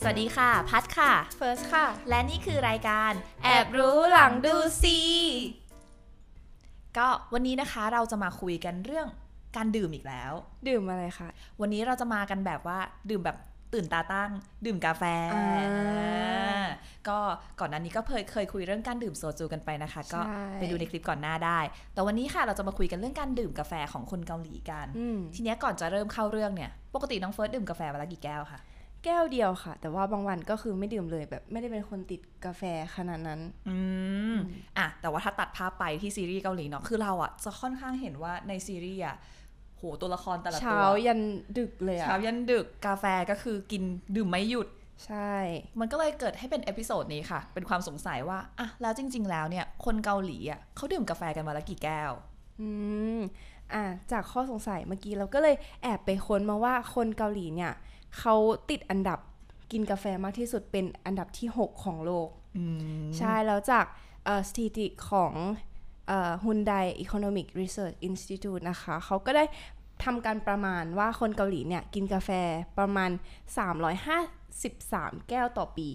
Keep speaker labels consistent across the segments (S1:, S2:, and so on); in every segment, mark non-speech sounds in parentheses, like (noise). S1: สวัสดีค่ะ พัทค่ะ
S2: เฟิร์สค่ะ
S1: และนี่คือรายการ
S2: แอบรู้หลังดูซี
S1: ก็วันนี้นะคะเราจะมาคุยกันเรื่องการดื่มอีกแล้ว
S2: ดื่มอะไรคะ
S1: วันนี้เราจะมากันแบบว่าดื่มแบบตื่นตาตั้ง ดื่มกาแฟ
S2: อ่า
S1: อ่าก็ก่อนหน้านี้ก็เคยเคยคุยเรื่องการดื่มโซจูกันไปนะคะ ก็
S2: ใช่
S1: ไปดูในคลิปก่อนหน้าได้ แต่วันนี้ค่ะเราจะมาคุยกันเรื่องการดื่มกาแฟของคนเกาหลีกัน
S2: อืม
S1: ทีเนี้ยก่อนจะเริ่มเข้าเรื่องเนี่ยปกติน้องเฟิร์สดื่มกาแฟวันละกี่แก้วคะ
S2: แก้วเดียวค่ะ แต่ว่าบางวันก็คือไม่ดื่มเลยแบบไม่ได้เป็นคนติดกาแฟขนาดนั้น
S1: อืมอ่ะแต่ว่าถ้าตัดภาพไปที่ซีรีส์เกาหลีเนาะคือเราอ่ะจะค่อนข้างเห็นว่าในซีรีส์อ่ะโหตัวละครแต่ละตัว
S2: เช้ายันดึกเลยอะ
S1: เช้ายันดึกกาแฟก็คือกินดื่มไม่หยุด
S2: ใช่
S1: มันก็เลยเกิดให้เป็นเอพิโซดนี้ค่ะ เป็นความสงสัยว่า อ่ะ แล้วจริง ๆ แล้วเนี่ย คนเกาหลีอ่ะเขาดื่มกาแฟกันมาละกี่แก้ว
S2: อืมอ่ะจากข้อสงสัยเมื่อกี้เราก็เลยแอบไปค้นมาว่าคนเกาหลีเนี่ยเขาติดอันดับกินกาแฟมากที่สุดเป็นอันดับที่ 6 ของโลก
S1: อืม
S2: ใช่ แล้วจากเอ่อสถิติของเอ่อ Hyundai Economic Research Institute นะคะ เขาก็ได้ทำการประมาณว่าคนเกาหลีเนี่ย กินกาแฟประมาณ 353 แก้วต่อปี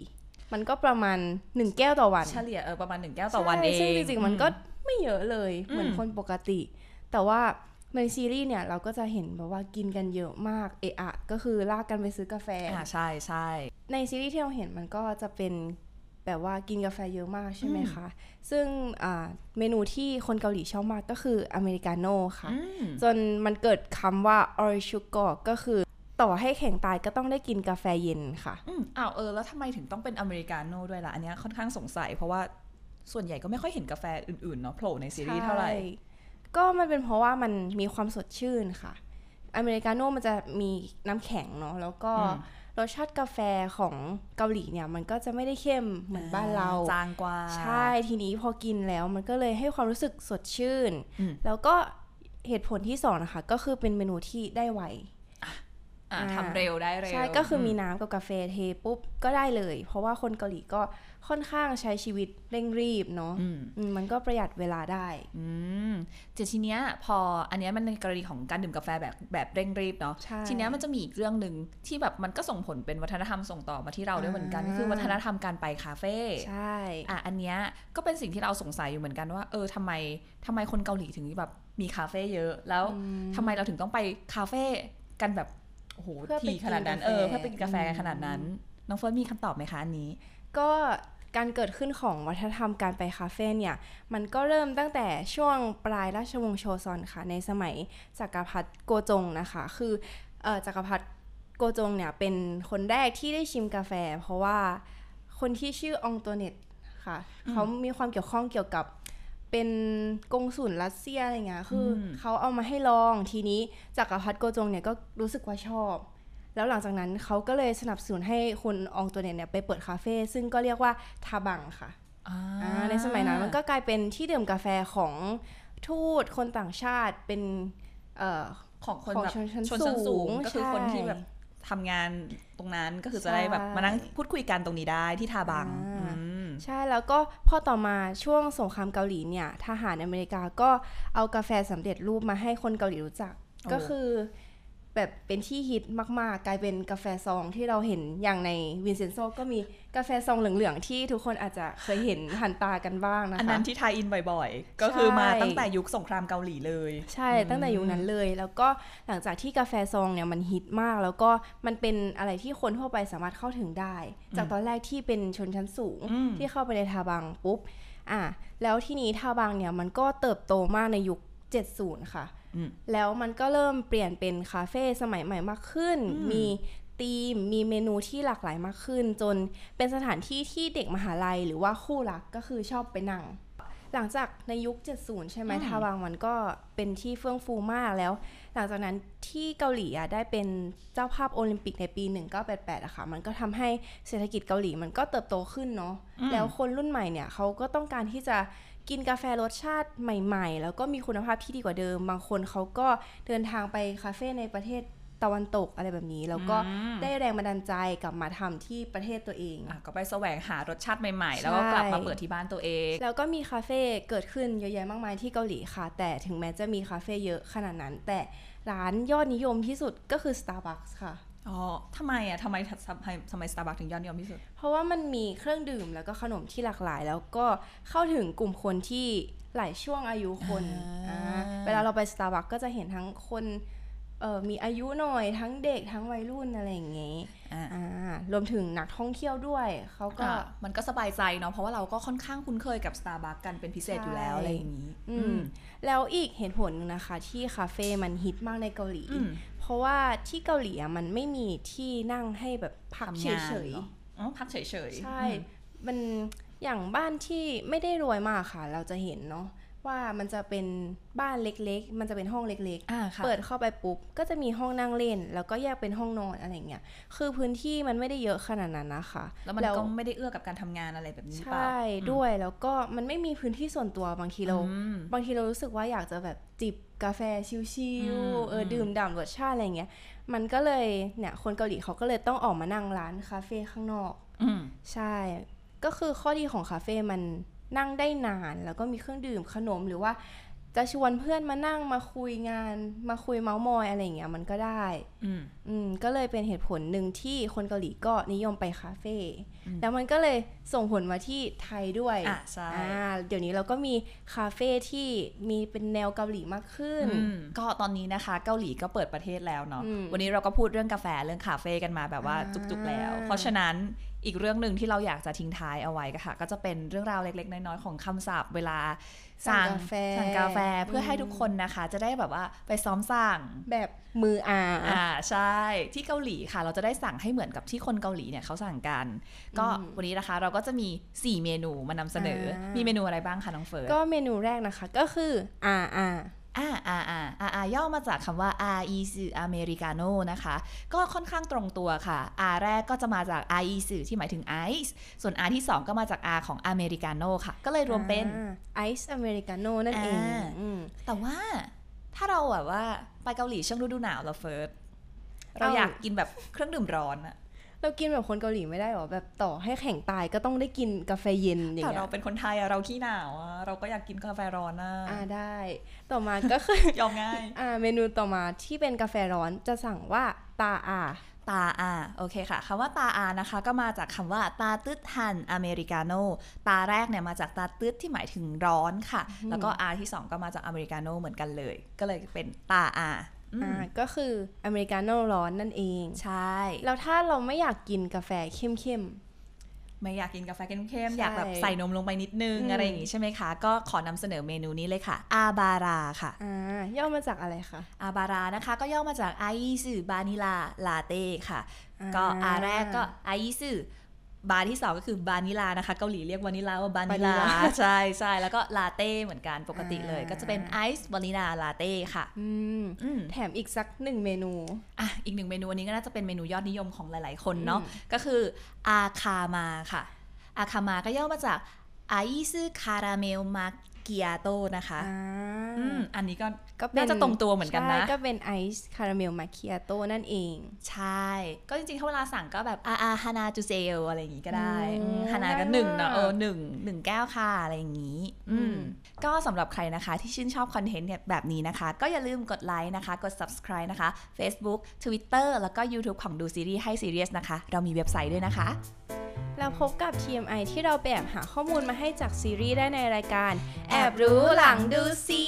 S2: มันก็ประมาณ 1 แก้วต่อวัน
S1: เฉลี่ยเออประมาณหนึ่งแก้วต่อวันเอง
S2: ใช่ซึ่งจริงๆ มันก็
S1: อื
S2: ไม่เยอะเลย
S1: อืม
S2: เหมือนคนปกติ แต่ว่าในซีรีส์เนี่ย เราก็จะเห็นแบบว่ากินกันเยอะมากเอะอะก็คือลากกันไปซื้อกาแฟ
S1: อ่าใช่ใช่
S2: ในซีรีส์ที่เราเห็นมันก็จะเป็นแบบว่ากินกาแฟเยอะมากใช่ไหม
S1: อืม
S2: คะ ซึ่งอ่าเมนูที่คนเกาหลีชอบมากก็คืออเมริกาโน่ค่ะ
S1: อืม
S2: จนมันเกิดคำว่าออริชูกอก็คือต่อให้แข่งตายก็ต้องได้กินกาแฟเย็นค่ะ
S1: อืมอ้าวเออ แล้วทำไมถึงต้องเป็นอเมริกาโน่ด้วยล่ะ อันเนี้ยค่อนข้างสงสัย เพราะว่าส่วนใหญ่ก็ไม่ค่อยเห็นกาแฟอื่น ๆ เนาะโผล่ในซีรีส์เท่าไหร่
S2: ใช่ก็มันเป็นเพราะว่ามันมีความสดชื่นค่ะ อเมริกาโน่มันจะมีน้ำแข็งเนาะแล้วก็
S1: อืม
S2: รสชาติกาแฟของเกาหลีเนี่ยมันก็จะไม่ได้เข้มเหมือนบ้านเรา
S1: จางกว่า
S2: ใช่ทีนี้พอกินแล้วมันก็เลยให้ความรู้สึกสดชื่น
S1: อืม
S2: แล้วก็เหตุผลที่สองนะคะ ก็คือเป็นเมนูที่ได้ไว
S1: อ่า
S2: อ่า
S1: ทำเร็วได้เร็ว
S2: ใช่ก็คือมีน้ำกับกาแฟเทปุ๊บก็ได้เลย เพราะว่าคนเกาหลีก็ค่อนข้างใช้ชีวิตเร่งรีบเนาะ
S1: อืม
S2: อืมมันก็ประหยัดเวลาได้
S1: อืมแต่ทีเนี้ยพออันเนี้ยมันในกรณีของการดื่มกาแฟแบบแบบเร่งรีบเนาะ
S2: ใช่
S1: ทีเนี้ยมันจะมีอีกเรื่องหนึ่งที่แบบมันก็ส่งผลเป็นวัฒนธรรมส่งต่อมาที่เราด้วยเหมือนกัน
S2: อ่า
S1: ก็คือวัฒนธรรมการไปคาเฟ่
S2: ใช่
S1: อ่ะอันเนี้ยก็เป็นสิ่งที่เราสงสัยอยู่เหมือนกันว่าเออทำไมทำไมคนเกาหลีถึงแบบมีคาเฟ่เยอะ แล้ว
S2: อืม
S1: ทำไมเราถึงต้องไปคาเฟ่กันแบบโอ้โห
S2: เพื่อไป
S1: ทีขนาดนั้น
S2: กินกาแฟ
S1: เออเพื่อไปกินกาแฟกัน
S2: อืม
S1: ขนาดนั้น น้องเฟิร์นมีคำตอบไหมคะอันนี้
S2: ก็การเกิดขึ้นของวัฒนธรรมการไปคาเฟ่เนี่ย มันก็เริ่มตั้งแต่ช่วงปลายราชวงศ์โชซอนค่ะ ในสมัยจักรพรรดิโกจงนะคะ คือเออจักรพรรดิโกจงเนี่ยเป็นคนแรกที่ได้ชิมกาแฟ เพราะว่าคนที่ชื่ออองโตัวเน็ตค่ะ
S1: อืม
S2: เขามีความเกี่ยวข้องเกี่ยวกับเป็นกงสุลรัสเซียอะไรเงี้ยคืออ
S1: ม
S2: เขาเอามาให้ลองทีนี้จักรพรรดิโกจงเนี่ยก็รู้สึกว่าชอบ แล้วหลังจากนั้นเขาก็เลยสนับสนุนให้คุณอองตัวเนตเนี่ยไปเปิดคาเฟ่ซึ่งก็เรียกว่าทาบังค่ะ
S1: อ่า
S2: อ่าในสมัยนั้นมันก็กลายเป็นที่ดื่มกาแฟของทูตคนต่างชาติเป็นเอ่อ
S1: ของคน
S2: ของ
S1: แบบ
S2: ชนชั้น
S1: ชั้น
S2: สู
S1: สูง
S2: ง
S1: ก็คือ
S2: ใช่
S1: คนที่แบบ ทำงานตรงนั้นก็คือจะได้แบบ
S2: ใช่
S1: มานั่งพูดคุยกันตรงนี้ได้ที่ทาบัง
S2: อ่า
S1: อืม
S2: ใช่แล้วก็พอต่อมาช่วงสงครามเกาหลีเนี่ยทหารอเมริกาก็เอากาแฟสำเร็จรูปมาให้คนเกาหลีรู้จัก ก็คือแบบเป็นที่ฮิตมาก ๆ กลายเป็นกาแฟซองที่เราเห็นอย่างในวินเซนโซก็มีกาแฟซองเหลือง ๆ ที่ทุกคนอาจจะเคยเห็นผ่านตากันบ้างนะคะ
S1: อันนั้นที่ไทยอินบ่อยๆ ก็คือ
S2: ใช่
S1: มาตั้งแต่ยุคสงครามเกาหลีเลย
S2: ใช่ตั้งแต่ยุคนั้นเลย แล้วก็หลังจากที่กาแฟซองเนี่ยมันฮิตมาก แล้วก็มันเป็นอะไรที่คนทั่วไปสามารถเข้าถึงได้ จากตอนแรกที่เป็นชนชั้นสูง
S1: อืม
S2: ที่เข้าไปในทาบังปุ๊บอ่ะแล้วที่นี้ทาบังเนี่ยมันก็เติบโตมากในยุค 70 ค่ะ
S1: อืม
S2: แล้วมันก็เริ่มเปลี่ยนเป็นคาเฟ่สมัยใหม่มากขึ้น
S1: อืม
S2: มีธีม มีเมนูที่หลากหลายมากขึ้น จนเป็นสถานที่ที่เด็กมหาลัยหรือว่าคู่รักก็คือชอบไปนั่ง หลังจากในยุค 70 ใช่ไหม
S1: อืม
S2: ทาวังมันก็เป็นที่เฟื่องฟูมากแล้ว หลังจากนั้นที่เกาหลีอ่ะได้เป็นเจ้าภาพโอลิมปิกในปี 1988อะค่ะ มันก็ทำให้เศรษฐกิจเกาหลีมันก็เติบโตขึ้นเนาะ แล้วคนรุ่นใหม่เนี่ยเขาก็ต้องการที่จะกินกาแฟรสชาติใหม่ ๆ แล้วก็มีคุณภาพที่ดีกว่าเดิม บางคนเขาก็เดินทางไปคาเฟ่ในประเทศตะวันตกอะไรแบบนี้ แล้วก็
S1: อืม
S2: ได้แรงบันดาลใจกลับมาทำที่ประเทศตัวเอง
S1: อ่ะก็ไปแสวงหารสชาติใหม่ๆ
S2: ใช่
S1: แล้วก็กลับมาเปิดที่บ้านตัวเอง
S2: แล้วก็มีคาเฟ่เกิดขึ้นเยอะแยะมากมายที่เกาหลีค่ะ แต่ถึงแม้จะมีคาเฟ่เยอะขนาดนั้น แต่ร้านยอดนิยมที่สุดก็คือ Starbucks ค่ะ
S1: อ๋อทำไมอ่ะทำไมทำไมทำไมสตาร์บัคถึงยอดนิยมที่สุด
S2: เพราะว่ามันมีเครื่องดื่มแล้วก็ขนมที่หลากหลาย แล้วก็เข้าถึงกลุ่มคนที่หลายช่วงอายุคน
S1: อ่า
S2: อ่าเวลาเราไปสตาร์บัคก็จะเห็นทั้งคนเอ่อมีอายุหน่อยทั้งเด็กทั้งวัยรุ่นอะไรอย่างเงี้ย
S1: อ่า
S2: อ่ารวมถึงนักท่องเที่ยวด้วยเขาก็
S1: ก็มันก็สบายใจเนาะเพราะว่าเราก็ค่อนข้างคุ้นเคยกับสตาร์บัคกันเป็นพิเศษอยู่แล้ว
S2: ใช่
S1: อะไรอย่างนี้
S2: อืมแล้วอีกเหตุผลหนึงนะคะ ที่คาเฟ่มันฮิตมากในเกาหลี
S1: อืม
S2: เพราะว่าที่เกาหลีอะมันไม่มีที่นั่งให้แบบพัก
S1: ทำ
S2: เ
S1: งาน
S2: ฉย
S1: หรอ อ๋อพักเฉย
S2: ๆ
S1: ๆ
S2: ใช่
S1: อืม
S2: มันอย่างบ้านที่ไม่ได้รวยมากค่ะ เราจะเห็นเนาะว่ามันจะเป็นบ้านเล็กๆ มันจะเป็นห้องเล็ก
S1: อ่า
S2: ๆ
S1: ค่ะ
S2: เปิดเข้าไปปุ๊บก็จะมีห้องนั่งเล่น แล้วก็แยกเป็นห้องนอนอะไรอย่างเงี้ยคือพื้นที่มันไม่ได้เยอะขนาดนั้นนะคะ
S1: แล้วมันก็ไม่ได้เอื้อกับการทำงานอะไรแบบนี้หรือเปล่า
S2: ใช่ด้วยแล้วก็มันไม่มีพื้นที่ส่วนตัวบางทีเรา
S1: อืม
S2: บางทีเรารู้สึกว่าอยากจะแบบจิบกาแฟชิ
S1: อื
S2: ล
S1: ม
S2: ๆเอออ
S1: ม
S2: ดื่มด่ำรสชาติอะไรเงี้ย มันก็เลยเนี่ยคนเกาหลีเขาก็เลยต้องออกมานั่งร้านคาเฟ่ข้างนอก
S1: อืม
S2: ใช่ ก็คือข้อดีของคาเฟ่มันนั่งได้นาน แล้วก็มีเครื่องดื่มขนมหรือว่า จะชวนเพื่อนมานั่งมาคุยงาน มาคุยเมาส์มอยอะไรอย่างเงี้ยมันก็ได้
S1: อืม
S2: อืมก็เลยเป็นเหตุผลหนึ่งที่คนเกาหลีก็นิยมไปคาเฟ่
S1: อืม
S2: แล้วมันก็เลยส่งผลมาที่ไทยด้วย
S1: อ่ะใช่
S2: อ่าเดี๋ยวนี้เราก็มีคาเฟ่ที่มีเป็นแนวเกาหลีมากขึ้น
S1: อืมก็ตอนนี้นะคะเกาหลีก็เปิดประเทศแล้วเนาะ
S2: อืม
S1: วันนี้เราก็พูดเรื่องกาแฟเรื่องคาเฟ่กันมาแบบว่า
S2: อ่า
S1: จุกๆแล้ว เพราะฉะนั้นอีกเรื่องหนึ่งที่เราอยากจะทิ้งท้ายเอาไว้ก็ค่ะ ก็จะเป็นเรื่องราวเล็กๆ น้อยๆของคำศัพท์เวลา
S2: สั่งกาแฟ
S1: สั่งกาแฟเพื่อให้ทุกคนนะคะ จะได้แบบว่าไปซ้อมสั่ง
S2: แบบมืออา
S1: อ่าใช่ที่เกาหลีค่ะ เราจะได้สั่งให้เหมือนกับที่คนเกาหลีเนี่ยเขาสั่งกัน ก็วันนี้นะคะเราก็จะมี 4 เมนูมานำเสนออา
S2: มี
S1: มีเมนูอะไรบ้างคะน้องเฟิร์ส
S2: ก็เมนูแรกนะคะ ก็คืออาอา
S1: อ่าอ่าอ่าอ่าอ่าย่อมาจากคำว่า R E S a m e r i c a n o นะคะ ก็ค่อนข้างตรงตัวค่ะ R แรกก็จะมาจาก R E S ที่หมายถึง ice ส่วน R ที่ 2 ก็มาจาก R ของ Americano ค่ะ ก็เลยรวมเป็น
S2: ไอซ์อเมริกาโน่า Ice Americano นั่นเอง
S1: อ่า
S2: อืม
S1: แต่ว่าถ้าเราแบบว่าไปเกาหลีช่วงฤดูหนาวเราเฟิร์สเรา
S2: เอา
S1: อยากกินแบบเครื่องดื่มร้อนอะ
S2: เรากินแบบคนเกาหลีไม่ได้หรอแบบต่อให้แข่งตายก็ต้องได้กินกาแฟเย็นอย่าง
S1: แต่
S2: เงี้
S1: เรา
S2: ย
S1: เป็นคนไทยอะเราขี้หนาวอะเราก็อยากกินกาแฟร้อนนะ
S2: อ่าได้ ต่อมาก็ (laughs) คือ
S1: ยอมง่าย
S2: อ่าเมนูต่อมาที่เป็นกาแฟร้อนจะสั่งว่าตาอา
S1: ตาอาโอเคค่ะคำว่าตาอานะคะ ก็มาจากคำว่าตาตึ๊ดฮันอเมริกาโน่ตาแรกเนี่ยมาจากตาตึ๊ดที่หมายถึงร้อนค่ะ
S2: อืม
S1: แล้วก็อาที่สองก็มาจากอเมริกาโน่เหมือนกันเลย ก็เลยเป็นตาอาอืม
S2: อ่าก็คืออเมริกาโน่ร้อนนั่นเอง
S1: ใช่
S2: แล้วถ้าเราไม่อยากกินกาแฟเข้ม
S1: ไม่อยากกินกาแฟเข้ม
S2: ใช่
S1: ๆอยากแบบใส่นมลงไปนิดนึง
S2: อืม
S1: อะไรอย่างงี้ใช่ไหมคะ ก็ขอนำเสนอเมนูนี้เลยค่ะ อาบาราค่ะ
S2: ๆอ่าย่อมาจากอะไรคะ
S1: อาบารานะคะ ก็ย่อมาจากไอซ b บานิลาลาเต้ค่ะ ก็อาแรกก็ไอซ์บาร์ที่สองก็คือบานิลานะคะ เกาหลีเรียกวานิลาว่าบานิลา (laughs) ใช่ใช่แล้วก็ลาเต้เหมือนกันปกติเลย ก็จะเป็นไอซ์บานิลาลาเต้ค่ะ
S2: อืม
S1: อืม
S2: แถมอีกสักหนึ่งเมนู
S1: อ่ะอีกหนึ่งเมนูอันนี้ก็น่าจะเป็นเมนูยอดนิยมของหลายๆคนเนาะ
S2: อืม
S1: ก็คืออาคามาค่ะ อาคามาก็ย่อมาจากไอซ์คาราเมลมาเกียโตนะคะ
S2: อ่า
S1: อืมอันนี้ก็
S2: ก็เป็
S1: น่าจะตรงตัวเหมือนกันนะ
S2: ใช่ก็เป็นไอซ์คาราเมลมาเคียโต้นั่นเอง
S1: ใช่ ก็จริงๆ ถ้าเวลาสั่งก็แบบอาอาฮานาจูเซลอะไรอย่างงี้ก็ได้
S2: อืม
S1: อืมฮานาก็
S2: น่า
S1: หนึ่งเนอะ
S2: รัก
S1: เออหนึ่งหนึ่งแก้วค่ะ อะไรอย่างงี้ อื
S2: อื
S1: ม
S2: ม
S1: ก็สำหรับใครนะคะที่ชื่นชอบคอนเทนต์เนี่ยแบบนี้นะคะ ก็อย่าลืมกดไลค์นะคะ กด subscribe นะคะ Facebook Twitter แล้วก็ YouTube ของดูซีรีส์ให้ซีเรียสนะคะ เรามีเว็บไซต์ด้วยนะคะ
S2: เราพบกับ TMI ที่เราแบบหาข้อมูลมาให้จากซีรีส์ได้ในรายการ แอ
S1: แอ
S2: บบ
S1: รู้
S2: รู้ห
S1: หลั
S2: ลัง
S1: งดู
S2: ดูซี